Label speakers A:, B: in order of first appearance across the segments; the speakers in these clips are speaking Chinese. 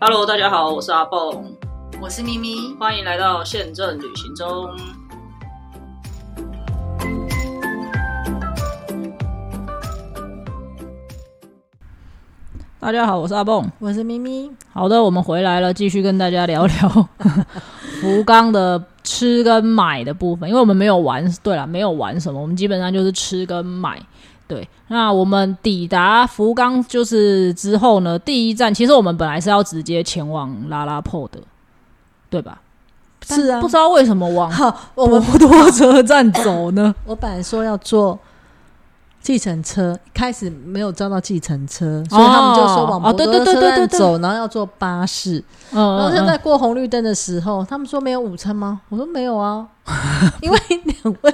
A: Hello，大家好，我是阿蹦，
B: 我是咪咪，
A: 欢迎来到宪政旅行中。大家好，我是阿蹦。
B: 我是咪咪。
A: 好的，我们回来了，继续跟大家聊聊 福冈的吃跟买的部分，因为我们没有玩，对了，没有玩什么，我们基本上就是吃跟买。对，那我们抵达福冈就是之后呢，第一站其实我们本来是要直接前往拉拉破的，对吧？但
B: 是啊
A: 不知道为什么往
B: 好， 我
A: 博
B: 们
A: 多车站走呢？
B: 我本来说要坐计程车，一开始没有招到计程车，所以他们就说往
A: 哦
B: 博
A: 对
B: 多
A: 对对
B: 车
A: 对
B: 站
A: 对对
B: 走，然后要坐巴士。
A: 嗯，
B: 然后现
A: 嗯
B: 在过红绿灯的时候，他们说没有午餐吗？我说没有啊， 因为两位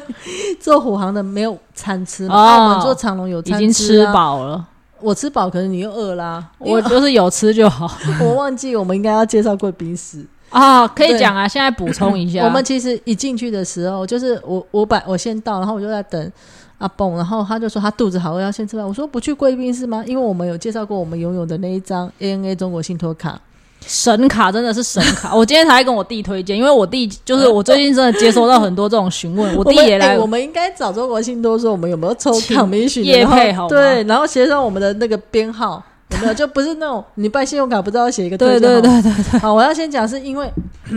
B: 坐虎航的没有餐吃嘛，
A: 哦
B: 啊我们坐长龙有
A: 已
B: 餐
A: 经
B: 吃
A: 吃
B: 啊。
A: 饱了，
B: 我吃饱，可是你又饿啦。
A: 我就是有吃就好
B: 我忘记我们应该要介绍贵宾室。
A: 啊，可以
B: 对
A: 讲啊，现在补充一下，
B: 我们其实一进去的时候，就是我我把我先到，然后我就在等阿蹦，然后他就说他肚子好饿，要先吃饭。我说不去贵宾室吗？因为我们有介绍过我们拥有的那一张 ANA 中国信托卡，
A: 神卡真的是神卡， 我今天才跟我弟推荐，因为我弟就是我最近真的接收到很多这种询 问，我弟
B: 们
A: 也来
B: 嗯哎我们应该找中国信托说我们有没有抽
A: 请
B: commission
A: 业
B: 然后
A: 配好吗
B: 对，然后写上我们的那个编号。有没有？就不是那种你办信用卡不知道要写一个
A: 对对
B: 对对对。好，我要先讲是因为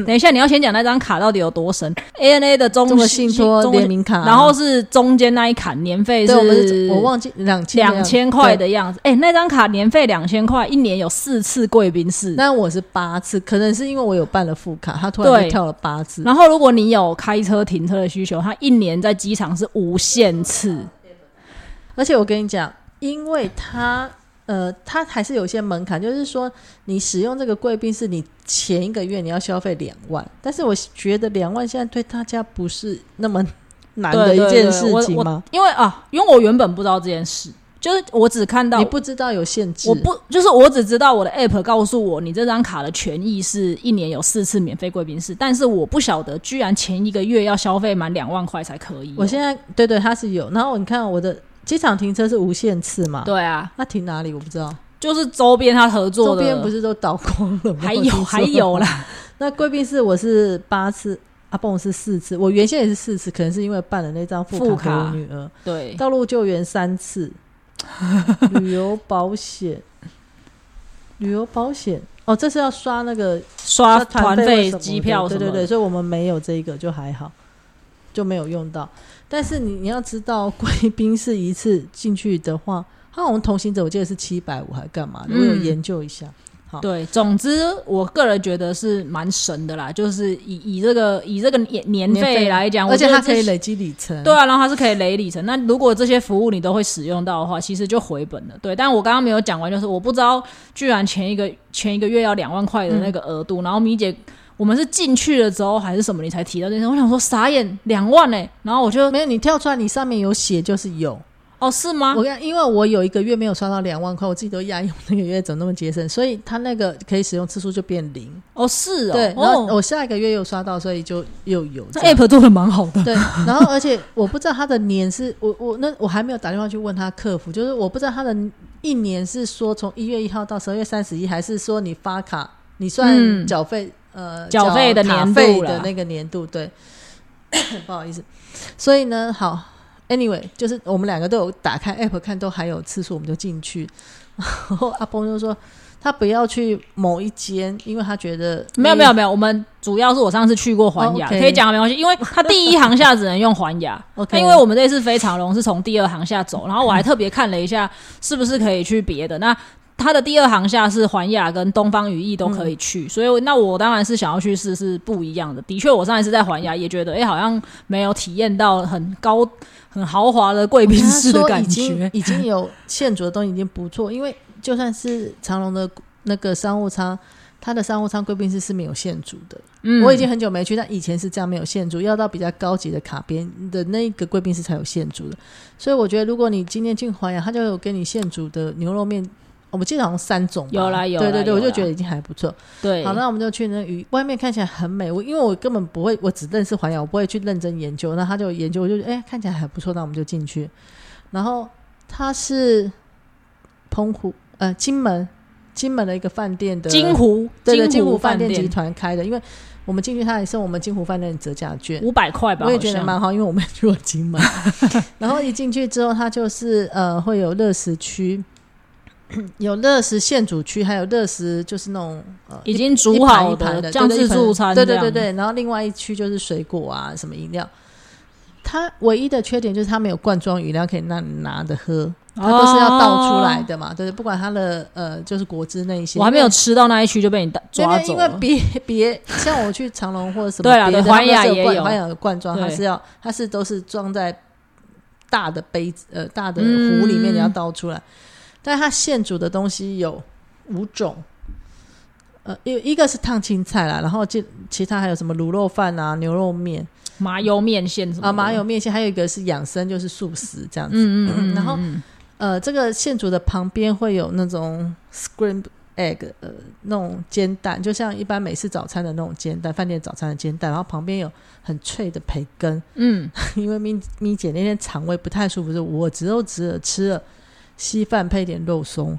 A: 等一下，你要先讲那张卡到底有多神？ANA 的中
B: 中国信托
A: 中国
B: 联名卡，
A: 然后是中间那一坎年费
B: 对我们是我忘记两千
A: 两千块的样子。哎、那张卡年费两千块，一年有四次贵宾室。
B: 那我是八次，可能是因为我有办了副卡，他突然
A: 对
B: 就跳了八 次。
A: 然后如果你有开车停车的需求，它一年在机场是无限次。
B: 而且我跟你讲，因为他呃，他还是有一些门槛，就是说你使用这个贵宾室，你前一个月你要消费两万，但是我觉得两万现在对大家不是那么难的
A: 对
B: 一
A: 对
B: 件
A: 对
B: 事
A: 我
B: 情
A: 我
B: 吗？
A: 因为啊，因为我原本不知道这件事，就是我只看到
B: 你不知道有限制，
A: 我不就是我只知道我的 app 告诉我，你这张卡的权益是一年有四次免费贵宾室，但是我不晓得居然前一个月要消费满两万块才可以哦。
B: 我现在对对它是有，然后你看我的机场停车是无限次嘛？
A: 对啊，
B: 那停哪里我不知道，
A: 就是周边他合作
B: 周
A: 的，
B: 边不是都倒光了吗？
A: 还
B: 我听
A: 有
B: 说
A: 还有啦，
B: 那贵宾室我是八次，阿蹦是四次，我原先也是四次，可能是因为办了那张
A: 副
B: 副卡给
A: 卡
B: 我女儿。
A: 对，
B: 道路救援 三次，旅游保险，旅游保险哦，这是要刷那个
A: 刷团
B: 费
A: 费、
B: 什么的
A: 机票什
B: 对
A: 么
B: 对
A: 的
B: 对，，所以我们没有这个就还好，就没有用到。但是你你要知道，贵宾室一次进去的话，他好像同行者我记得是七百五还干嘛的，我有
A: 嗯
B: 研究一下。
A: 对，总之我个人觉得是蛮神的啦，就是以以这个以这个年年
B: 年
A: 费
B: 费
A: 来讲，
B: 而且
A: 我觉得
B: 它可以
A: 这。
B: 累积里程，
A: 对啊，然后它是可以累里程。那如果这些服务你都会使用到的话，其实就回本了。对，但我刚刚没有讲完，就是我不知道居然前一个前一个月要两万块的那个额度，然后米姐我们是进去了之后还是什么你才提到这件事，我想说傻眼两万呢、然后我就
B: 没有，你跳出来，你上面有写就是有。
A: 哦是吗
B: 我？跟因为我有一个月没有刷到两万块，我自己都压抑，我那个月怎么那么节省？所以它那个可以使用次数就变零。
A: 哦是哦，
B: 对，然后
A: 哦
B: 我下一个月又刷到，所以就又有
A: 这
B: 这样
A: app 做的蛮好的。
B: 对，然后而且我不知道他的年是，我我那我还没有打电话去问他客服，就是我不知道他的一年是说从一月一号到十二月三十一，还是说你发卡你算
A: 嗯
B: 缴费、呃
A: 缴费的年
B: 卡
A: 度
B: 费
A: 啦
B: 的那个年度，对， 不好意思，所以呢，好，anyway，就是我们两个都有打开 app 看，都还有次数，我们就进去， 然后阿崩就说。他不要去某一间，因为他觉得
A: 没有没有没有，我们主要是我上次去过环亚，
B: 嗯哦，OK
A: 可以讲没关系，因为它第一航厦只能用环亚。
B: OK
A: 那因为我们这次飞长龙是从第二航厦走，然后我还特别看了一下，是不是可以去别的那。它的第二航厦是环亚跟东方语艺都可以
B: 嗯
A: 去，所以那我当然是想要去试试不一样的。的确，我上一次在环亚也觉得，哎、好像没有体验到很高、很豪华的贵宾
B: 他
A: 室的
B: 说
A: 感
B: 已经
A: 觉。
B: 已经有现煮的东西已经不错，因为就算是长隆的那个商务舱，它的商务舱贵宾室是没有现煮的。
A: 嗯
B: 我已经很久没去，但以前是这样没有现煮，要到比较高级的卡边的那个贵宾室才有现煮的。所以我觉得，如果你今天进华阳，他就有给你现煮的牛肉面。我记得好像三种吧，
A: 有啦有啦
B: 对对
A: 有
B: 对，我
A: 啦
B: 就觉得已经还不错。
A: 对，
B: 好，那我们就去那鱼，外面看起来很美。我因为我根本不会，我只认识环氧，我不会去认真研究。那他就研究，我就觉得哎、看起来还不错，那我们就进去。然后它是澎湖呃金门金门的一个饭店的
A: 金湖，
B: 对对金
A: 湖
B: 湖饭
A: 店
B: 集团开的，因为我们进去，他也送我们金湖饭店的折价券。
A: 五百块吧，
B: 我也觉得
A: 好像
B: 蛮好，因为我没有去过金 门。然后一进去之后，它就是呃会有乐食区，有乐食现煮区，还有乐食就是那种呃
A: 已经煮好
B: 一盘一盘的
A: 这样
B: 对对
A: 自助餐这
B: 对
A: 样，
B: 对对对。然后另外一区就是水果啊，什么饮料。它唯一的缺点就是它没有罐装饮料可以让你拿着喝，它都是要倒出来
A: 哦。
B: 的嘛，对对，不管它的呃就是果汁那一些。
A: 我还没有
B: 因为
A: 吃到那一区就被你抓走
B: 因为
A: 了，
B: 别 别像我去长隆或者什么
A: 对啦
B: 别的，
A: 对环亚
B: 它都是
A: 也
B: 罐
A: 有
B: 环雅有罐装，它
A: 对
B: 是要它是都是装在大的杯子呃大的
A: 嗯
B: 壶里面，你要倒出来。但它现煮的东西有五种，呃，一一个是烫青菜啦，然后其其他还有什么卤肉饭啊、牛肉面
A: 麻油面线什么的
B: 啊、麻油，面线，还有一个是养生，就是素食这样子。
A: 嗯嗯嗯，
B: 然后
A: 嗯
B: 呃，这个现煮的旁边会有那种 scrambled egg，呃，那种煎蛋，就像一般美式早餐的那种煎蛋，饭店早餐的煎蛋，然后旁边有很脆的培根。
A: 嗯，
B: 因为咪咪姐那天肠胃不太舒服，就我只有只有吃了稀饭配点肉松，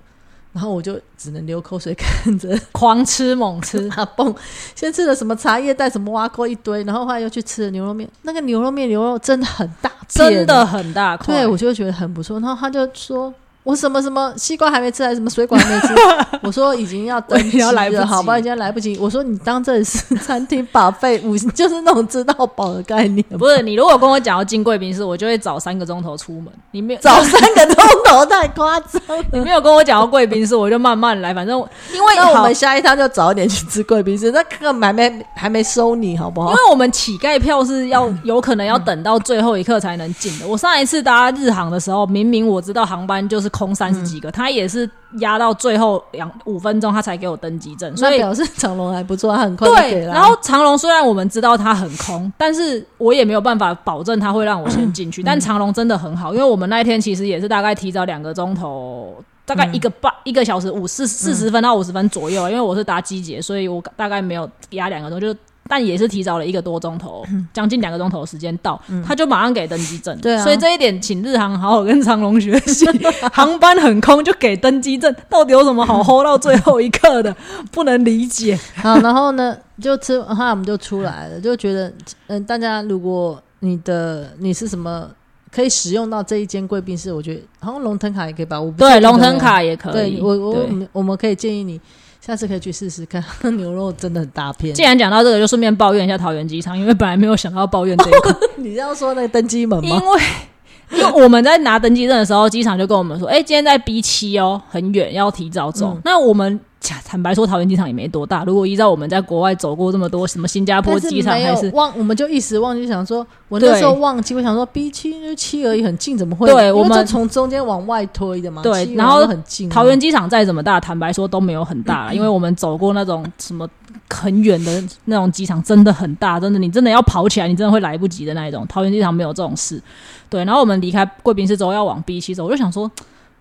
B: 然后我就只能流口水看着
A: 狂吃猛吃，
B: 阿蹦， 先吃了什么茶叶蛋，什么挖沟一堆，然后后来又去吃了牛肉面，那个牛肉面牛肉真的很大片欸，
A: 真的很大块，
B: 对，我就觉得很不错。然后他就说。我什么什么西瓜还没吃，还是什么水果还没吃？ 我说已经要
A: 我
B: 登
A: 已经
B: 机
A: 要来不
B: 了，好吧，
A: 及
B: 已经要来不及。我说你当这里是餐厅把费五，就是那种吃到饱的概念。
A: 不是你如果跟我讲要进贵宾室，我就会早三个钟头出门，你没有
B: 早三个钟头太夸张
A: 你
B: 了。
A: 没有跟我讲要贵宾室，我就慢慢来，反正我因为
B: 那我
A: 好
B: 们下一趟就早一点去吃贵宾室，那根本还没还没收你，好不好
A: 因？为我们乞丐票是要有可能要等到最后一刻才能进的。我上一次搭日航的时候，明明我知道航班就是空三十几个，他也是压到最后两五分钟，他才给我登机证。所
B: 那
A: 以
B: 表示长隆还不错，他很快就
A: 对，
B: 给了。
A: 然后长龙虽然我们知道它很空，但是我也没有办法保证他会让我先进
B: 嗯
A: 去。但长龙真的很好，因为我们那一天其实也是大概提早两个钟头。大概一个半、
B: 嗯
A: 一个小时五四四十分到五十分左右，因为我是搭机捷，所以我大概没有压两个钟，就是但也是提早了一个多钟头，将近两个钟头的时间到，他就马上给登机证。
B: 嗯对啊
A: 所以这一点请日航好好跟长龙学习， 航班很空就给登机证，到底有什么好 hold 到最后一刻的？不能理解。
B: 好，然后呢，就吃，后来我们就出来了，就觉得，嗯、大家如果你的你是什么可以使用到这一间贵宾室，我觉得好像龙腾卡也可以吧，我不确
A: 对，
B: 定
A: 龙腾，卡也可
B: 啊对
A: 以。
B: 不对对我嗯我我
A: 对
B: 们我们可以建议你下次可以去试试看， 那牛肉真的很大 片
A: 既。然讲到这个，就顺便抱怨一下桃园机场，因为本来没有想到抱怨这一 块，
B: 你要说那个登机门
A: 因
B: 吗？
A: 为 因为我们在拿登机证的时候，机场就跟我们说，哎、今天在 B 七哦，很远，要提早走。
B: 嗯
A: 那我们坦坦白说，桃园机场也没多大，如果依照我们在国外走过这么多，什么新加坡
B: 但是
A: 机场
B: 没
A: 还
B: 有
A: 是
B: 忘，我们就一时忘记想说，我
A: 对
B: 那时候忘记，我想说 B 七就七而已，很近，怎么会？
A: 对
B: 因为
A: 我们
B: 就从中间往外推的嘛。
A: 对
B: 七
A: 然后
B: 往很近啊，
A: 桃园机场再怎么大，坦白说都没有很大
B: 嗯
A: 啦，因为我们走过那种什么很远的那种机场，真的很大，真的你真的要跑起来，你真的会来不及的那一种。桃园机场没有这种事，对。然后我们离开贵宾室之后要往 B 七走，我就想说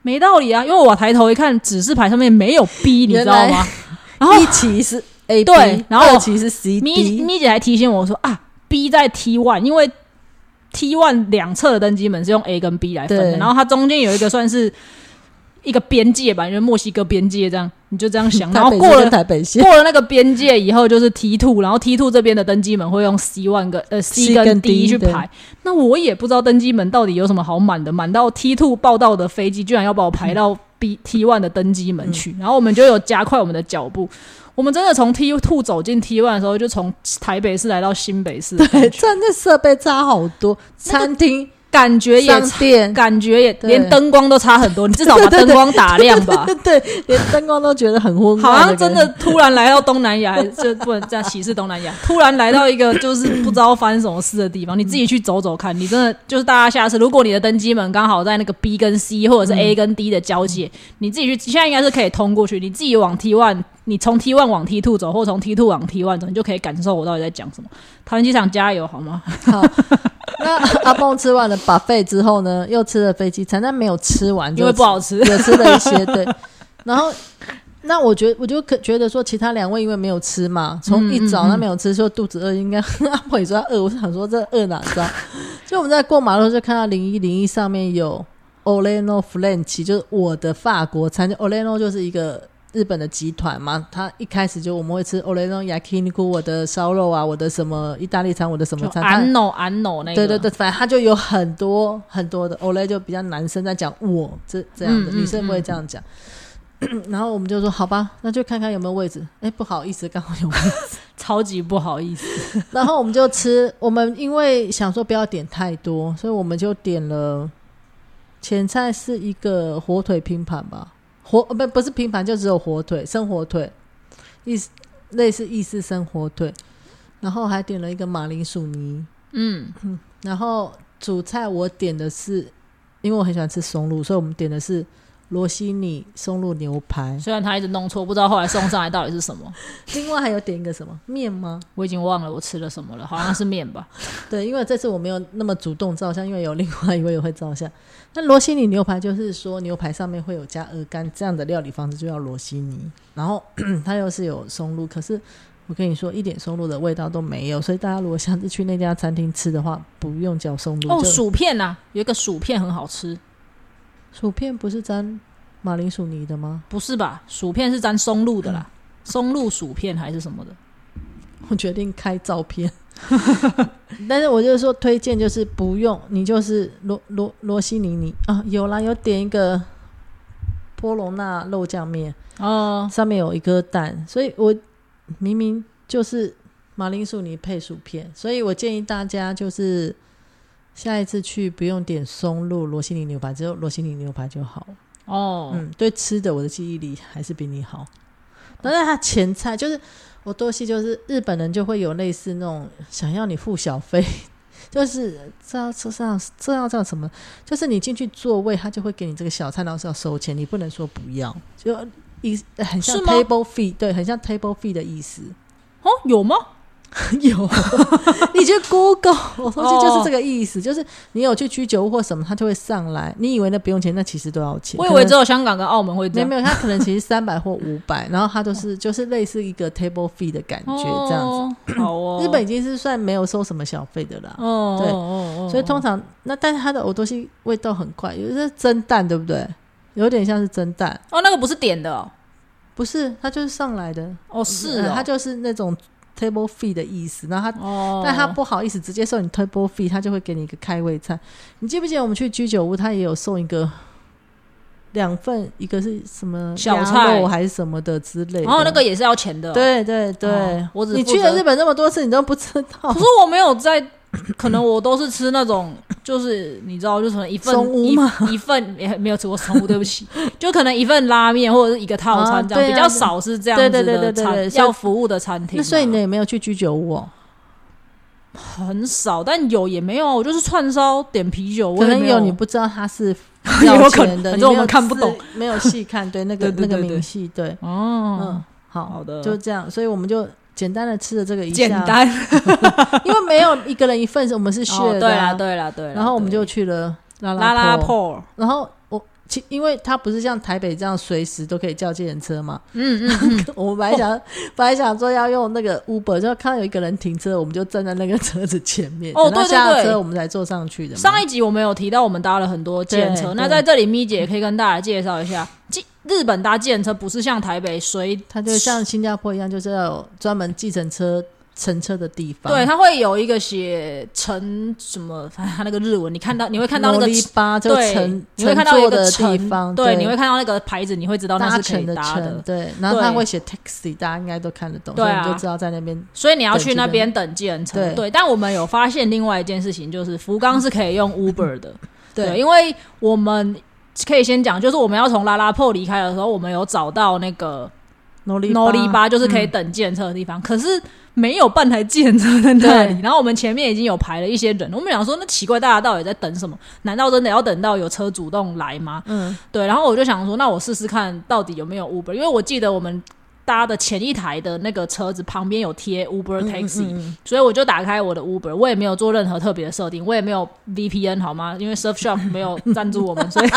A: 没道理啊，因为我抬头一看指示牌上面没有 B，你知道
B: 原
A: 吗
B: 来？
A: 然后
B: 一期是 A，
A: 哦对然后
B: 二期是 C，
A: 咪
B: D，
A: 咪姐还提醒我说啊，B 在 T one，因为 T one 两侧的登机门是用 A 跟 B 来分的，
B: 对
A: 然后它中间有一个算是一个边界吧，就是墨西哥边界这样，你就这样想，然后过了。
B: 台北 县
A: 过了那个边界以后，就是 T two，然后 T two 这边的登机门会用 C one 跟呃 C
B: C
A: 跟
B: 跟
A: D
B: D
A: 去
B: 对
A: 排。那我也不知道登机门到底有什么好满的，满到 T two 报道的飞机居然要把我排
B: 嗯
A: 到 B T one 的登机门去，然后我们就有加快我们的脚步。我们真的从 T two 走进 T one 的时候，就从台北市来到新北市的感觉，
B: 真的设备差好多，餐厅、
A: 感觉也
B: 商店，
A: 感觉也
B: 对
A: 连灯光都差很多，你至少把
B: 对对
A: 灯
B: 对
A: 光 打亮吧。
B: 对，连灯光都觉得很昏
A: 好
B: 暗。
A: 像真的突然来到东南亚，还就不能这样歧视东 南亚。突然来到一个就是不知道发生什么事的地方，你自己去走走看。你真的就是大家下次，如果你的登机门刚好在那个 B 跟 C 或
B: 嗯
A: 者是 A 跟 D 的交界，你自己去，现在应该是可以通过去。你自己往 T one，你从 T one 往 T two 走，或从 T two 往 T one 走，你就可以感受我到底在讲什么。桃园机场加油好 吗？
B: 好。那阿蹦吃完了 buffet 之后呢，又吃了飞机餐，但没有吃完，
A: 因为不好吃
B: 就，有吃了一些。对，然后那我觉得我就可觉得说，其他两位因为没有吃嘛，从一早他没有吃，说肚子饿，应该 阿蹦也说他饿，我想说这饿哪招？就我们在过马路就看到零一零一上面有 Oleno French，就是我的法国餐，就 Oleno 就是一个日本的集团嘛，他一开始就我们会吃 o l e n yakiniku，我的烧肉啊，我的什么意大利餐，我的什么
A: 就
B: 餐，
A: 安诺安诺那个，
B: 对对对，反正他就有很多很多的 o l e 就比较男生在讲我这这样
A: 嗯
B: 的，
A: 嗯嗯
B: 女生不会这样讲。 然后我们就说好吧，那就看看有没有位置。哎，不好意思，刚好有位置。
A: 超级不好意思，
B: 然后我们就吃，我们因为想说不要点太多，所以我们就点了前菜是一个火腿拼盘吧，火呃不不是拼盘，就只有火腿生火腿，意思类似意式生火腿，然后还点了一个马铃薯泥，
A: 嗯，
B: 然后主菜我点的是，因为我很喜欢吃松露，所以我们点的是罗西尼松露牛排。
A: 虽然他一直弄错，不知道后来送上来到底是什么，
B: 另外还有点一个什么面吗？
A: 我已经忘了我吃了什么了，好 像是面吧，
B: 对，因为这次我没有那么主动照相，因为有另外一位也会照相。那罗西尼牛排就是说牛排上面会有加鹅肝这样的料理方式，就叫罗西尼。然后 它又是有松露，可是我跟你说一点松露的味道都没有，所以大家如果下次去那家餐厅吃的话，不用叫松露。
A: 哦，
B: 就
A: 薯片呐、有一个薯片很好吃，
B: 薯片不是沾马铃薯泥的吗？
A: 不是吧？薯片是沾松露的啦，
B: 嗯
A: 松露薯片还是什么的？
B: 我决定开照片。 但是我就是说，推荐就是不用，你就是罗罗罗西尼尼啊，有啦，有点一个波隆纳肉酱面，
A: 哦，
B: 上面有一颗蛋，所以我明明就是马铃薯泥配薯片，所以我建议大家就是下一次去不用点松露罗西尼牛排，只有罗西尼牛排就好了。
A: 哦，
B: 嗯，对吃的我的记忆力还是比你好。但是它前菜就是我多西，就是日本人就会有类似那种想要你付小费，就是这要这样这要叫什么？就是你进去座位，他就会给你这个小菜，然后是要收钱，你不能说不要，就一很像
A: 是吗
B: table fee，对，很像 table fee 的意思。
A: 哦，有吗？
B: 有，你去 Google，我说这
A: 哦
B: 就是这个意思，就是你有去居酒屋或什么，他就会上来。你以为那不用钱，那其实都要钱。
A: 我以
B: 可
A: 为
B: 能
A: 只有香港跟澳门会这
B: 没
A: 样
B: 有没。有，它可能其实三百或五百，然后它都 是就是类似一个 table fee 的感觉这样子。
A: 子，好哦。
B: 日本已经是算没有收什么小费的啦，
A: 哦，哦，
B: 对
A: 哦哦哦
B: 所以通常那但是它的欧多西味道很怪，有是蒸蛋对不对？有点像是蒸蛋，
A: 哦那个不是点的哦，
B: 不是它就是上来的，
A: 哦是
B: 嗯
A: 哦，
B: 它就是那种 table fee 的意思，然后它。
A: 哦，
B: 但他不好意思直接收你 table fee，他就会给你一个开胃菜。你记不记得我们去居酒屋，他也有送一个两份，一个是什么
A: 小
B: 鸭
A: 菜
B: 肉还是什么的之类的。
A: 然后那个也是要钱的哦，
B: 对对对，
A: 哦我只
B: 你
A: 负
B: 去了
A: 责
B: 日本那么多次，你都不知
A: 可
B: 道
A: 是我没有在，可能我都是吃那种，就是你知道，就是可能一份
B: 松屋
A: 一
B: 吗
A: 一份也没有吃过松屋，对不 起，就可能一份拉面或者是一个套餐这样，
B: 啊对
A: 比
B: 啊
A: 较少是这样
B: 对
A: 子
B: 对
A: 的餐
B: 对对对对所以
A: 要服务的餐厅啊、
B: 那所以你也没有去居酒屋哦，
A: 很少，但有也没有啊，我就是串烧点啤酒，
B: 可
A: 我也
B: 能
A: 没
B: 有
A: 有
B: 你不知道他是
A: 有
B: 要
A: 可能
B: 钱的，
A: 反
B: 你
A: 正我
B: 没有
A: 们看不
B: 自
A: 懂，
B: 没有细 看对那个
A: 对对
B: 那
A: 对
B: 个
A: 对
B: 明细对，
A: 哦
B: 嗯，，好，
A: 好的
B: 就这样，所以我们就简单的吃了这个一下，
A: 简，单
B: 因为没有一个人一份，我们是 share
A: 哦，
B: 的
A: 对
B: 啊、
A: 啦对啦对啦，
B: 然后我们
A: 对
B: 就去了拉
A: 拉拉
B: 破，
A: 破，
B: 然后我其因为它不是像台北这样随时都可以叫计程车嘛，
A: 嗯嗯嗯，
B: 我们本来想、本来想说要用那个 Uber，就看到有一个人停车，我们就站在那个车子前面，
A: 哦
B: 等到
A: 对对
B: 下了
A: 对
B: 车我们才坐上去的嘛。
A: 上一集我们有提到，我们搭了很多电车。
B: 对
A: 那
B: 对
A: 在这里，咪姐也可以跟大家介绍一下，计日本搭电车不是像台北随，
B: 它就像新加坡一样，就是要有专门计程车乘车的地方。
A: 对，它会有一个写乘什么，反正它那个日文，你看到你会看到那个
B: 罗。利巴就
A: 对
B: 乘，
A: 你会
B: 乘
A: 看到一
B: 坐
A: 个
B: 的
A: 乘
B: 地方，
A: 对，你会看到那个牌子，你会知道那
B: 搭
A: 是可
B: 乘
A: 以
B: 的
A: 搭
B: 乘，
A: 的。
B: 对，然后它
A: 对
B: 会写 taxi，大家应该都看得懂，
A: 对
B: 所以
A: 啊
B: 你就知道在那边
A: 所以你要去那边等计程车。
B: 对
A: 对，但我们有发现另外一件事情，就是福冈是可以用 Uber 的。对，
B: 嗯对
A: 因为我们可以先讲，就是我们要从拉拉破离开的时候，我们有找到那个
B: 诺利
A: 诺里巴就是可以等计程车的地方，可是没有半台计程车在那里。然后我们前面已经有排了一些人，我们想说那奇怪，大家到底在等什么？难道真的要等到有车主动来吗？
B: 嗯，
A: 对，然后我就想说，那我试试看到底有没有 Uber，因为我记得我们搭的前一台的那个车子旁边有贴 Uber Taxi，、所以我就打开我的 Uber，我也没有做任何特别的设定，我也没有 VPN 好吗？因为 Surfshark 没有赞助我们，所以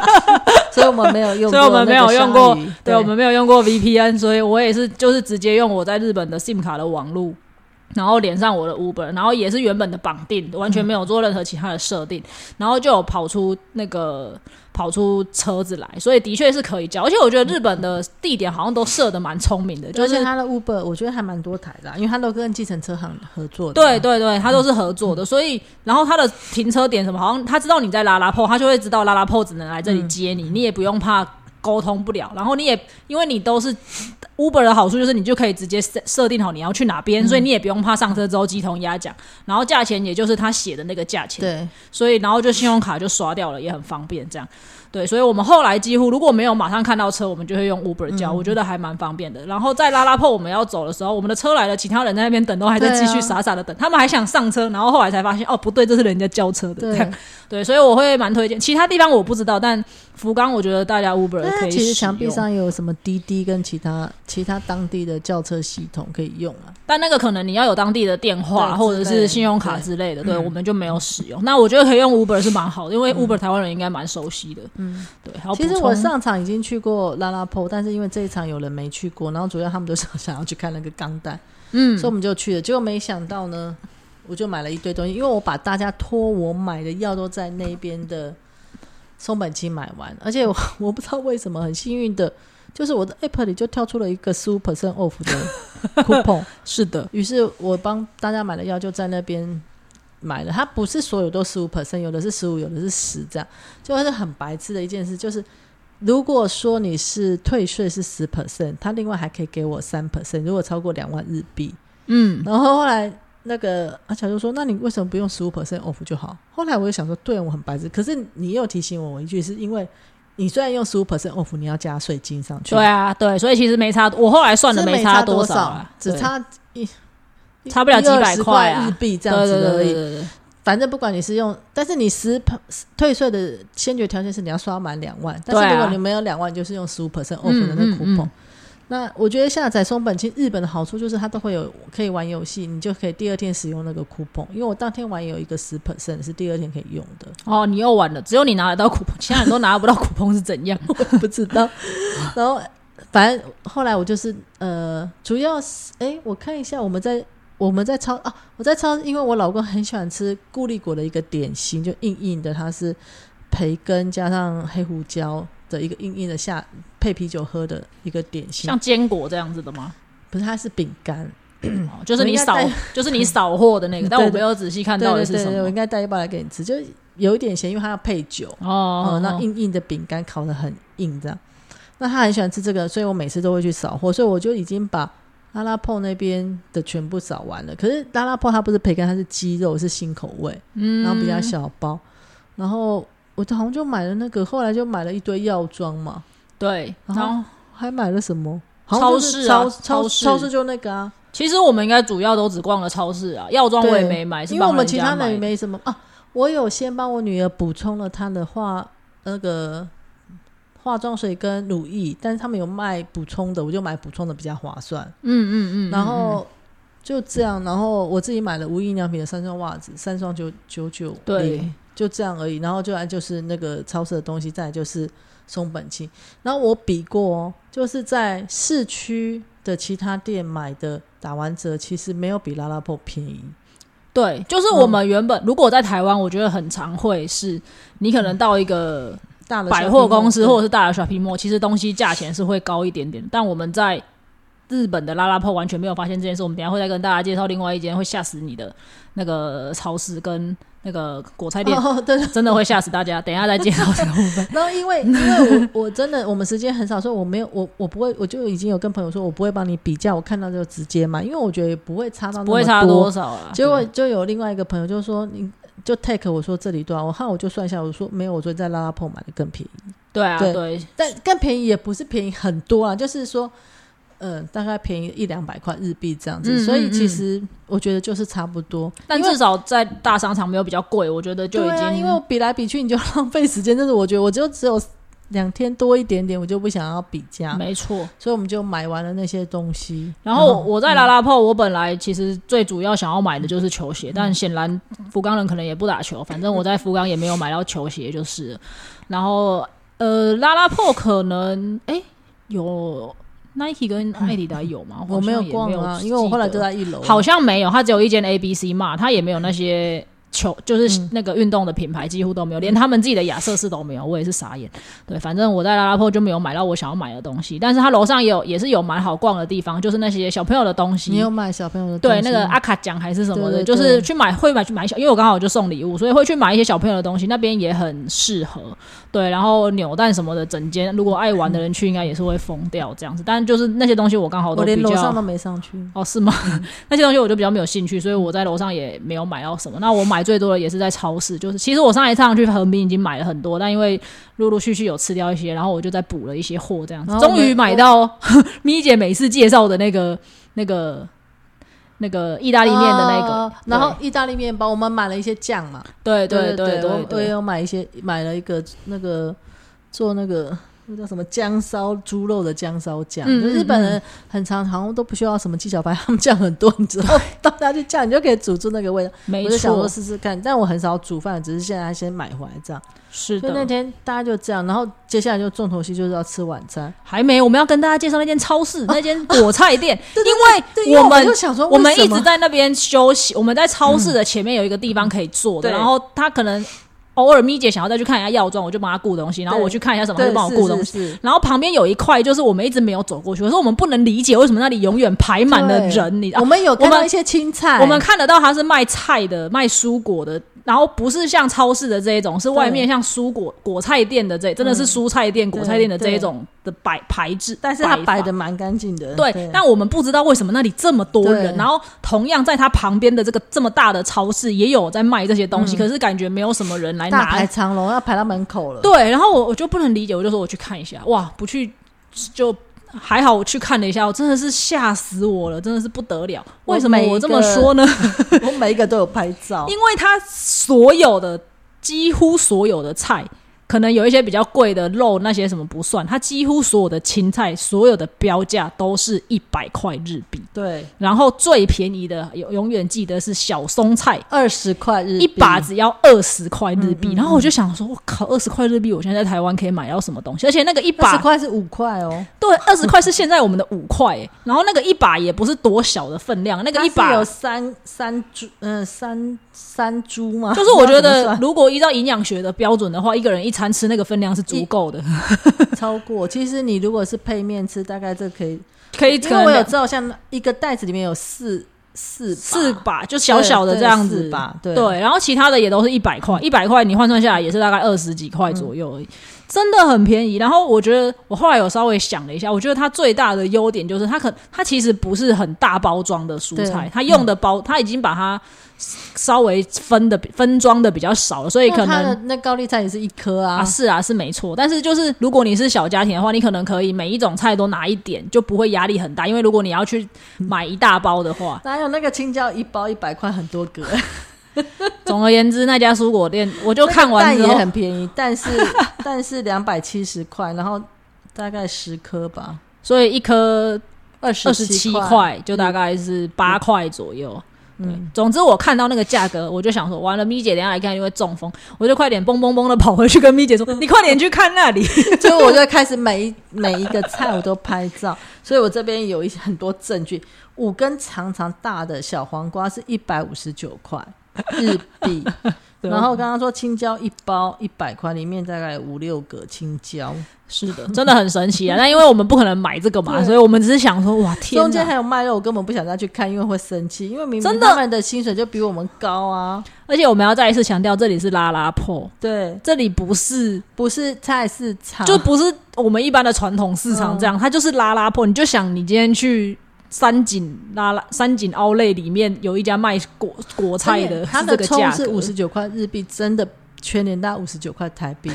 B: 所以我们没有用过那个鲨鱼，
A: 所以我们没有用过对
B: 对
A: 我们没有用过 VPN，所以我也是就是直接用我在日本的 SIM 卡的网路然后连上我的 Uber，然后也是原本的绑定，完全没有做任何其他的设定，然后就有跑出那个跑出车子来，所以的确是可以叫。而且我觉得日本的地点好像都设的蛮聪明的，就
B: 而且
A: 是
B: 他的 Uber 我觉得还蛮多台的啊、因为他都跟计程车行合作的。嗯
A: 对，对对，它都是合作的，所以然后它的停车点什么，好像他知道你在拉拉破，他就会知道拉拉破只能来这里接
B: 嗯
A: 你，你也不用怕沟通不了，然后你也因为你都是 Uber 的好处就是你就可以直接设设定好你要去哪
B: 嗯
A: 边，所以你也不用怕上车之后鸡同鸭讲，然后价钱也就是他写的那个价钱，
B: 对，
A: 所以然后就信用卡就刷掉了，也很方便这样。对，所以我们后来几乎如果没有马上看到车，我们就会用 Uber
B: 嗯
A: 叫，我觉得还蛮方便的。然后在拉拉破我们要走的时候，我们的车来了，其他人在那边等，都还在继续
B: 对啊
A: 傻傻的等，他们还想上车，然后后来才发现哦不对，这是人家叫车的。
B: 对
A: 这样 对，所以我会蛮推荐。其他地方我不知道，但福冈我觉得大家 Uber 可
B: 那
A: 以
B: 其实墙
A: 使
B: 壁
A: 用
B: 上也有什么滴滴跟其他其他当地的轿车系统可以用啊。
A: 但那个可能你要有当地的电话
B: 对
A: 或者
B: 之类
A: 是
B: 的
A: 信用卡
B: 对嗯
A: 之类的，对我们就没有使用。那我觉得可以用 Uber 是蛮好的，因为 Uber 台湾人应该蛮熟悉的。嗯，对。还有
B: 其实
A: 补充
B: 我上场已经去过拉拉坡，但是因为这一场有人没去过，然后主要他们都想 想要去看那个钢弹，
A: 嗯
B: 所以我们就去了。结果没想到呢，我就买了一堆东西，因为我把大家托我买的药都在那边的松本清买完，而且我 我不知道为什么很幸运的，就是我的 app 里就跳出了一个十五 percent off 的 coupon，
A: 是的，
B: 于是我帮大家买的药就在那边买了，它不是所有都十五 percent，有的是十五，有的是十，这样就是很白痴的一件事。就是如果说你是退税是十 percent，他另外还可以给我三 percent，如果超过两万日币。
A: 嗯，
B: 然后后来那个阿乔就说：“那你为什么不用十五 percent off 就好？”后来我就想说，对我很白痴，可是你又提醒我一句，是因为你虽然用十五 percent off，你要加税金上去，
A: 对啊，对，所以其实没差，我后来算了
B: 是没
A: 差
B: 多
A: 少啊，
B: 只
A: 对
B: 差一
A: 差不了几百
B: 一二十
A: 块啊
B: 日币这
A: 对对
B: 样子
A: 对
B: 而
A: 对对
B: 已。
A: 对对，
B: 反正不管你是用，但是你十退税的先决条件是你要刷满两万，但
A: 对啊
B: 是如果你没有两万，就是用十五 percent off 的那
A: 嗯
B: 个
A: 嗯
B: coupon。
A: 嗯
B: 那我觉得下载松本清日本的好处就是它都会有可以玩游戏，你就可以第二天使用那个 coupon。因为我当天玩有一个十 percent 是第二天可以用的，
A: 哦，你又完了，只有你拿得到苦碰，其他人都拿不 到苦碰是怎样？
B: 不知道。 然后反正后来我就是呃，主要是哎，我看一下我们在我们在超啊，我在超，因为我老公很喜欢吃固力果的一个点心，就硬硬的，它是培根加上黑胡椒的一个硬硬的下配啤酒喝的一个点心，
A: 像坚果这样子的吗？
B: 不是它是饼干，
A: 哦就是你
B: 嗯我应该
A: 扫
B: 带，
A: 就是你扫货的那 个，但我
B: 对对
A: 没有仔细看
B: 对
A: 到
B: 对
A: 底是
B: 对
A: 什
B: 对，我
A: 么
B: 应。该带一包来给你吃，就有一点咸，因为它要配酒。
A: 哦
B: 哦，，那硬硬的饼干烤得很硬，这样。那他很喜欢吃这个，所以我每次都会去扫货，所以我就已经把拉拉破那边的全部扫完了。可是拉拉破它不是培根，它是鸡肉，是新口味，
A: 嗯，
B: 然后比较小包。然后我好像就买了那个，后来就买了一堆药妆嘛，
A: 对，然
B: 然后
A: 后
B: 还买了什么？好像就是
A: 超市啊超
B: 超超
A: 市
B: 超市就那个啊，
A: 其实我们应该主要都只逛了超市啊，药妆我也没买，是
B: 因为我们
A: 帮
B: 其
A: 家
B: 他
A: 买
B: 人也
A: 的。
B: 没什么啊。我有先帮我女儿补充了她的化那个化妆水跟乳液，但是他们有卖补充的，我就买补充的比较划算。
A: 嗯嗯嗯，
B: 然
A: 嗯嗯
B: 后就这样，然后我自己买了无印良品的三双袜子，三双九九九
A: 对
B: 零，就这样而已。然后就来就是那个超市的东西，再来就是松本清。然后我比过哦，就是在市区的其他店买的打完折，其实没有比拉拉破便宜。
A: 对，就是
B: 嗯
A: 我们原本、如果在台湾，我觉得很常会是，你可能到一个
B: 大的
A: 百货公司或者
B: 者
A: 是大的 shopping mall，其实东西价钱是会高一点点，但我们在日本的拉拉铺完全没有发现这件事。我们等一下会再跟大家介绍另外一间会吓死你的那个超市跟那个果菜店，
B: 哦，对对。
A: 真的会吓死大家。等一下再介绍 这个部分。
B: 然后因为因为我我真的我们时间很少，所以我没有我我不会我就已经有跟朋友说我不会帮你比价，我看到就直接买，因为我觉得也不会差到那么
A: 不会差多
B: 多。
A: 少啊啦。
B: 结果就有另外一个朋友就说你。就 take 我说这里多少，我看我就算一下，我说没有，我昨天在拉拉铺买的更便宜，
A: 对啊，
B: 对
A: 对，
B: 但更便宜也不是便宜很多啊，就是说，嗯、大概便宜一两百块日币这样子，
A: 嗯
B: 所以
A: 嗯
B: 其
A: 嗯
B: 实我觉得就是差不多。
A: 但
B: 因为
A: 至少在大商场没有比较贵，我觉得就已
B: 对
A: 经、
B: 啊、因为我比来比去，你就浪费时间。真的，我觉得我就只有两天多一点点，我就不想要比价，
A: 没错。
B: 所以我们就买完了那些东西。
A: 然后我在拉拉
B: 嗯
A: 泡，我本来其实最主要想要买的就是球鞋，但显然福冈人可能也不打球，反正我在福冈也没有买到球鞋就是了。然后呃，拉拉泡可能哎有 Nike 跟艾迪达有吗？
B: 我没有
A: 有
B: 逛啊，因为我后来都在一楼。
A: 好，像没有，它只有一间 A B C 嘛，它也没有那些球，就是
B: 嗯
A: 那个运动的品牌几乎都没有，连他们自己的亚瑟士都没有，我也是傻眼。对，反正我在拉拉破就没有买到我想要买的东西，但是它楼上也有也是有蛮好逛的地方，就是那些小朋友的东西。
B: 你有买小朋友的东
A: 对
B: 西
A: 那个
B: 吗
A: 阿卡奖还是什么的，
B: 对对
A: 就是
B: 对
A: 去买会买去买小，因为我刚好就送礼物，所以会去买一些小朋友的东西，那边也很适合。对，然后扭蛋什么的，整间如果爱玩的人去，应该也是会疯掉这样子。但就是那些东西我刚好都
B: 我
A: 比
B: 连
A: 较
B: 楼上都没上去。
A: 哦，是吗？
B: 嗯
A: 那些东西我就比较没有兴趣，所以我在楼上也没有买到什么。那我买最多的也是在超市，就是其实我上一趟去横滨已经买了很多，但因为陆陆续续有吃掉一些，然后我就再补了一些货，这样子，
B: 然后我
A: 终
B: 们
A: 于买到 咪姐每次介绍的那个、那个、那个意大
B: 意
A: 利面的那个。
B: 啊然后意大利面包，我们买了一些酱嘛，
A: 对
B: 对
A: 对对
B: 我
A: 对
B: 我也
A: 对，
B: 有买一些，买了一个那个做那个那叫什么姜烧猪肉的姜烧酱，
A: 嗯
B: 就
A: 嗯
B: 日本人很常好像都不需要什么技巧牌， 他们酱很多，你知道， 到家去酱你就可以煮出那个味道。
A: 没
B: 我就想
A: 错
B: 说，试试看，但我很少煮饭，只是现在先买回来这样。
A: 是
B: 所以那
A: 的，
B: 天大家就这样，然后接下来就重头戏就是要吃晚餐，
A: 还没，我们要跟大家介绍那间超市、那间果菜店，
B: 哦 对对对
A: 因
B: 因为
A: 我们
B: 就想说哦为
A: 我们
B: 什
A: 一
B: 么嗯
A: 直在那边休息，我们在超市的前面有一个地方可以坐的，
B: 对
A: 然后他可能偶尔咪姐想要再去看一下药妆，我就帮她顾东西，然后我去看一下什么，她
B: 对
A: 就帮我
B: 是
A: 顾
B: 是
A: 东西。
B: 是
A: 然后旁边有一块，就是我们一直没有走过去，可是我们不能理解为什么那里永远排满了
B: 对
A: 人，你知道
B: 我们有看
A: 我
B: 到
A: 们
B: 一些青菜，
A: 我们看得到它是卖菜的、卖蔬果的，然后不是像超市的这一种，是外面像蔬果果菜店的这，真的是蔬菜店、果菜店的这一种的摆排制，
B: 嗯但是它摆
A: 法
B: 的蛮干净的。
A: 对，但我们不知道为什么那里这么多人，
B: 嗯对
A: 然后同样在它旁边的这个这么大的超市也有在卖这些东西，可是感觉没有什么人来
B: 嗯大排
A: 哎拿。
B: 长龙要排到门口了。
A: 对，然后我我就不能理解，我就说我去看一下，哇，不去就还好，我去看了一下，我真的是吓死我了，真的是不得了。
B: 我
A: 为什么
B: 每一
A: 我这么
B: 个
A: 说 呢？
B: 我每一个都有拍照，
A: 因为它所有的几乎所有的菜，可能有一些比较贵的肉那些什么不算，它几乎所有的青菜所有的标价都是一百块日币。
B: 对，
A: 然后最便宜的永永远记得是小松菜，
B: 二十块日币
A: 一把只要二十块日币。
B: 嗯嗯
A: 然后我就想说，我靠，二十块日币，我现在在台湾可以买到什么东西？而且那个一
B: 二十
A: 把，
B: 块是五块哦，
A: 对，二十块是现在我们的五块、欸，然后那个一把也不是多小的分量，那个一
B: 它是
A: 把
B: 有三三株，嗯、三三株吗？
A: 就是我 觉
B: 不知道
A: 得，
B: 怎么
A: 如果依照营养学的标准的话，一个人一餐吃那个分量是足够 的，
B: 算超过，其实你如果是配面吃，大概这可以，
A: 可以
B: 因
A: 可
B: 为我有
A: 能
B: 知道，像一个袋子里面有四四把
A: 四把，就小小的
B: 对
A: 这样
B: 对
A: 子
B: 四把，对
A: 对，然后其他的也都是一百块，一百块你换算下来也是大概二十几
B: 嗯
A: 块左右而已，真的很便宜。然后我觉得我后来有稍微想了一下，我觉得它最大的优点就是它可它其实不是很大包装的蔬菜
B: 对，
A: 它用的包、它已经把它稍微分的分装的比较少了，所以
B: 那
A: 可
B: 它的
A: 能。
B: 那高丽菜也是一颗啊
A: 啊，是啊，是没错。但是就是如果你是小家庭的话，你可能可以每一种菜都拿一点，就不会压力很大。因为如果你要去买一大包的话，
B: 哪有那个青椒一包一百块，很多 个，
A: 总而言之，那家蔬果店我就看完
B: 蛋
A: 之
B: 也
A: 后，
B: 很便宜，但是 但是两百七十块，然后大概十颗吧，
A: 所以一颗
B: 二十
A: 二十七
B: 块，
A: 块，就大概是八块左右。
B: 嗯，
A: 总之，我看到那个价格，我就想说，完了，咪姐等一下来看就会中风，我就快点蹦蹦蹦的跑回去跟咪姐说，
B: 嗯
A: 你快点去看 那里。
B: 所以我就开始每一 每一个菜我都拍照，所以我这边有一很多证据，五根长长大的小黄瓜是一百五十九块日币，
A: 对啊
B: 然后刚刚说青椒一包一百块，里面大概有五六个青椒，
A: 是的，真的很神奇啊！那因为我们不可能买这个嘛，
B: 对
A: 所以我们只是想说，哇，天
B: 中间
A: 哪！
B: 还有卖肉，我根本不想再去看，因为会生气，因为明
A: 真
B: 明
A: 的
B: 他们的薪水就比我们高啊，
A: 而且我们要再一次强调，这里是拉拉破，
B: 对，
A: 这里不是，
B: 不是菜市场，
A: 就不是我们一般的传统市场这
B: 嗯
A: 样，它就是拉拉破。你就想，你今天去三井拉拉三井奥莱里面有一家卖果果菜的，
B: 它
A: 是这
B: 的
A: 个价
B: 葱
A: 格
B: 是五十九块日币，真的全年大五十九块台 币。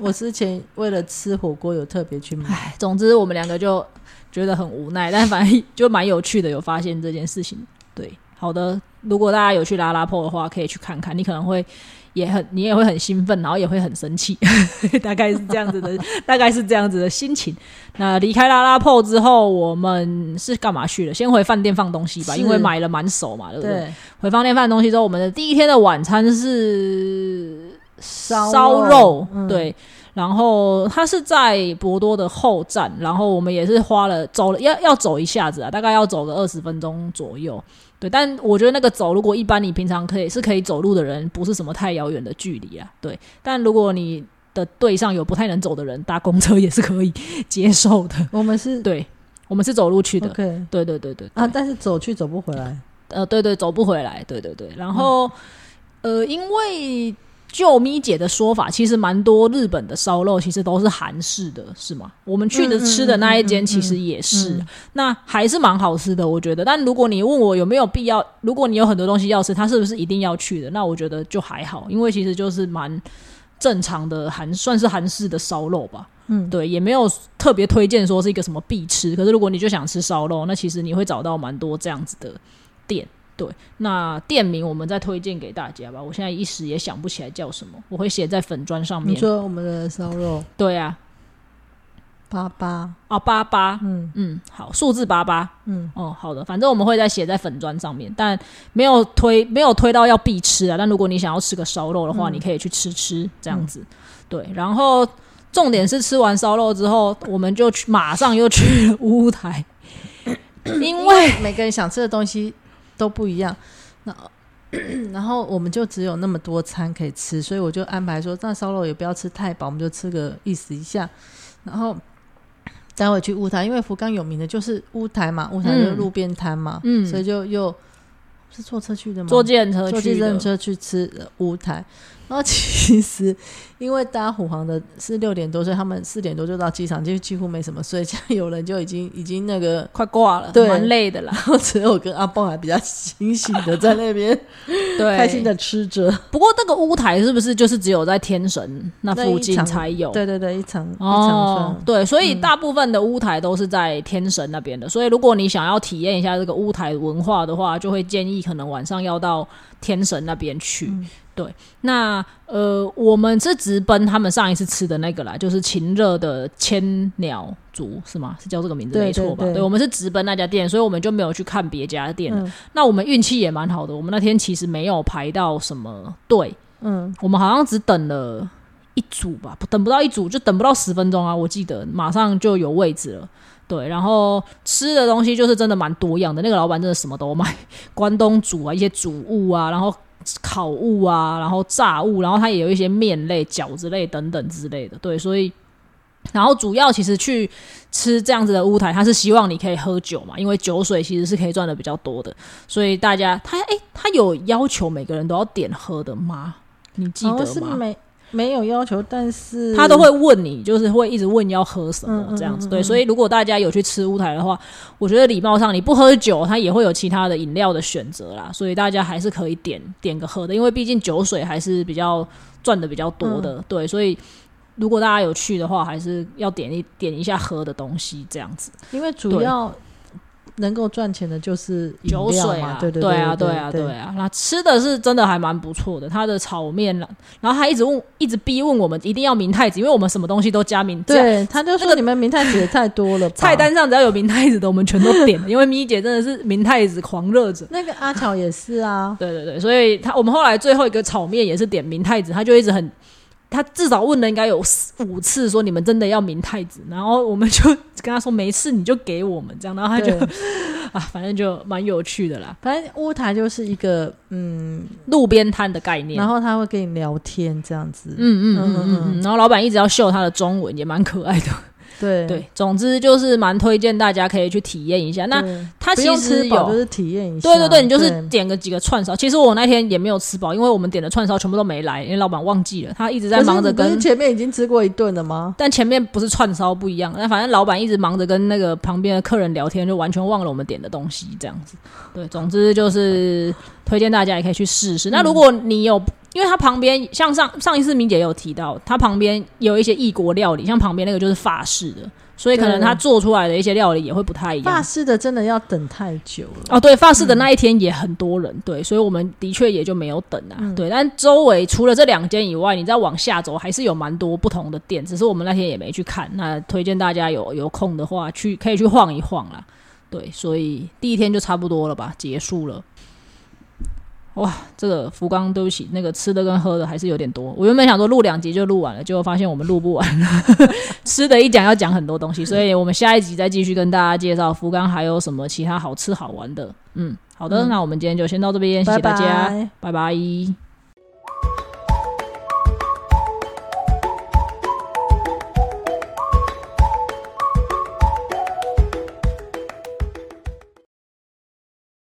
B: 我之前为了吃火锅有特别去买，
A: 唉，总之我们两个就觉得很无奈，但反正就蛮有趣的，有发现这件事情。对，好的，如果大家有去拉拉破的话，可以去看看，你可能会也很，你也会很兴奋，然后也会很生气， 大概是这样子的，大概是这样子的心情。那离开拉拉破之后，我们是干嘛去了？先回饭店放东西吧，
B: 是
A: 因为买了满手嘛，对不对？
B: 对，
A: 回饭店放东西之后，我们的第一天的晚餐是
B: 烧
A: 烧肉，
B: 嗯
A: 对。然后它是在博多的后站，然后我们也是花了走了要要走一下子啊，大概要走个二十分钟左右。对，但我觉得那个走，如果一般你平常可以是可以走路的人，不是什么太遥远的距离啊。对，但如果你的队上有不太能走的人，搭公车也是可以接受的。
B: 我们是
A: 对，我们是走路去的。
B: OK
A: 对对对对
B: 啊，
A: 对
B: 但是走去走不回来，
A: 呃，对对，走不回来，对对对。然
B: 嗯
A: 后，呃，因为就咪姐的说法，其实蛮多日本的烧肉其实都是韩式的，是吗？我们去的
B: 嗯
A: 吃的那一间其实也是，
B: 嗯嗯嗯
A: 那还是蛮好吃的，我觉得。但如果你问我有没有必要，如果你有很多东西要吃，它是不是一定要去的？那我觉得就还好，因为其实就是蛮。正常的韩算是韩式的烧肉吧，
B: 嗯，
A: 对，也没有特别推荐说是一个什么必吃。可是如果你就想吃烧肉，那其实你会找到蛮多这样子的店。对，那店名我们再推荐给大家吧。我现在一时也想不起来叫什么，我会写在粉砖上
B: 你
A: 面。
B: 说我们的烧肉
A: 对啊，
B: 粑粑，
A: 啊八八，
B: 嗯
A: 嗯，好，数字八八，
B: 嗯，
A: 哦，好的，反正我们会再写在粉砖上面，但没有推没有推到要必吃啊。但如果你想要吃个烧肉的话，
B: 嗯
A: 你可以去吃吃这样子。对，然后重点是吃完烧肉之后，我们就去马上又去了乌台，因
B: 因
A: 为
B: 为每个人想吃的东西都不一样，那 然后我们就只有那么多餐可以吃，所以我就安排说，那烧肉也不要吃太饱，我们就吃个意思一下，然后。待会去乌台，因为福冈有名的就是乌台嘛，乌台就是
A: 嗯
B: 路边摊嘛，
A: 嗯
B: 所以就又是坐车去的吗？
A: 坐电车
B: 坐计
A: 去的
B: 程，车去吃呃乌台，然后其实因为搭虎航的是六点多，所以他们四点多就到机场，就几乎没什么睡，这样有人就已经已经那个，
A: 快挂了，
B: 对
A: 蛮累的啦。
B: 然后只有我跟阿豹还比较清醒的在那边
A: 对，
B: 开心的吃着。
A: 不过那个乌台是不是就是只有在天神那
B: 那
A: 附
B: 一
A: 近
B: 场
A: 才有？
B: 对对对，一场、一场嗯
A: 哦
B: 村，，
A: 对，所以大部分的乌台都是在天神那边的，所以如果你想要体验一下这个乌台文化的话，就会建议可能晚上要到天神那边去。
B: 嗯
A: 对，那呃，我们是直奔他们上一次吃的那个啦，就是秦热的千鸟族是吗？是叫这个名字
B: 对
A: 没错吧？
B: 对对
A: 对，我们是直奔那家店，所以我们就没有去看别家店了。
B: 嗯
A: 那我们运气也蛮好的，我们那天其实没有排到什么队，
B: 嗯，
A: 我们好像只等了一组吧，不等不到一组就等不到十分钟啊，我记得马上就有位置了。对，然后吃的东西就是真的蛮多样的，那个老板真的什么都卖，关东煮啊，一些煮物啊，然后烤物啊，然后炸物，然后它也有一些面类、饺子类等等之类的。对，所以。然后主要其实去吃这样子的乌台，他是希望你可以喝酒嘛，因为酒水其实是可以赚的比较多的，所以大家他诶，他有要求每个人都要点喝的吗？你记
B: 好
A: 得
B: 像是
A: 吗？
B: 没没有要求，但是
A: 他都会问你，就是会一直问要喝什么
B: 嗯嗯嗯
A: 这样子。
B: 嗯
A: 对，所以如果大家有去吃乌台的话，我觉得礼貌上你不喝酒，他也会有其他的饮料的选择啦，所以大家还是可以点点个喝的，因为毕竟酒水还是比较赚的比较多的，
B: 嗯
A: 对，所以。如果大家有去的话，还是要点一点一下喝的东西，这样子
B: 因为主
A: 对
B: 要能够赚钱的就是饮
A: 酒
B: 料
A: 水
B: 嘛
A: 啊，
B: 对对
A: 对啊，
B: 对
A: 啊，对啊。那吃的是真的还蛮不错的，它的炒面啦，然后他一直问，一直逼问我们一定要明太子，因为我们什么东西都加明，只要
B: 对，他就说你们名太子也太多了吧，
A: 菜单上只要有明太子的，我们全都点了，因为咪姐真的是明太子狂热者。，
B: 那个阿巧也是啊
A: 对对对，所以她我们后来最后一个炒面也是点明太子，她就一直很，她至少问了应该有四五次说你们真的要明太子，然后我们就跟她说没事你就给我们这样，然后她就
B: 对
A: 啊反正就蛮有趣的啦，
B: 反正乌台就是一个嗯，
A: 路边摊的概念。
B: 然后他会跟你聊天这样子，
A: 嗯嗯嗯
B: 嗯
A: 嗯
B: 嗯
A: 嗯，然后老板一直要秀她的中文，也蛮可爱的。
B: 对
A: 对，总之就是蛮推荐大家可以去体验一下。那
B: 对
A: 她
B: 不
A: 其
B: 用
A: 实
B: 吃饱
A: 有
B: 就是体验一下，
A: 对对对，你就是点个几个串烧。其实我那天也没有吃饱，因为我们点的串烧全部都没来，因为老板忘记了，他一直在
B: 可是
A: 忙着
B: 你不是
A: 跟。
B: 前面已经吃过一顿了吗？
A: 但前面不是串烧不一样，啊但反正老板一直忙着跟那个旁边的客人聊天，就完全忘了我们点的东西这样子。对，总之就是推荐大家也可以去试
B: 嗯
A: 试。那如果你有，因为它旁边像上上一次明姐也有提到，它旁边有一些异国料理，像旁边那个就是法式的，所以可能
B: 对
A: 它做出来的一些料理也会不太一样。
B: 法式的真的要等太久了，
A: 哦，对，发式的那一天也很多人，对，所以我们的确也就没有等啊，对。但周围除了这两间以外，你再往下走还是有蛮多不同的店，只是我们那天也没去看。那推荐大家有有空的话去可以去晃一晃啦，对。所以第一天就差不多了吧，结束了。哇，这个福冈，对不起，那个吃的跟喝的还是有点多。我原本想说录两集就录完了，结果发现我们录不完了， 吃的一讲要讲很多东西，所以我们下一集再继续跟大家介绍福冈还有什么其他好吃好玩的。嗯，好的，
B: 嗯
A: 那我们今天就先到这边，谢谢大家，
B: 拜
A: 拜
B: 拜
A: 拜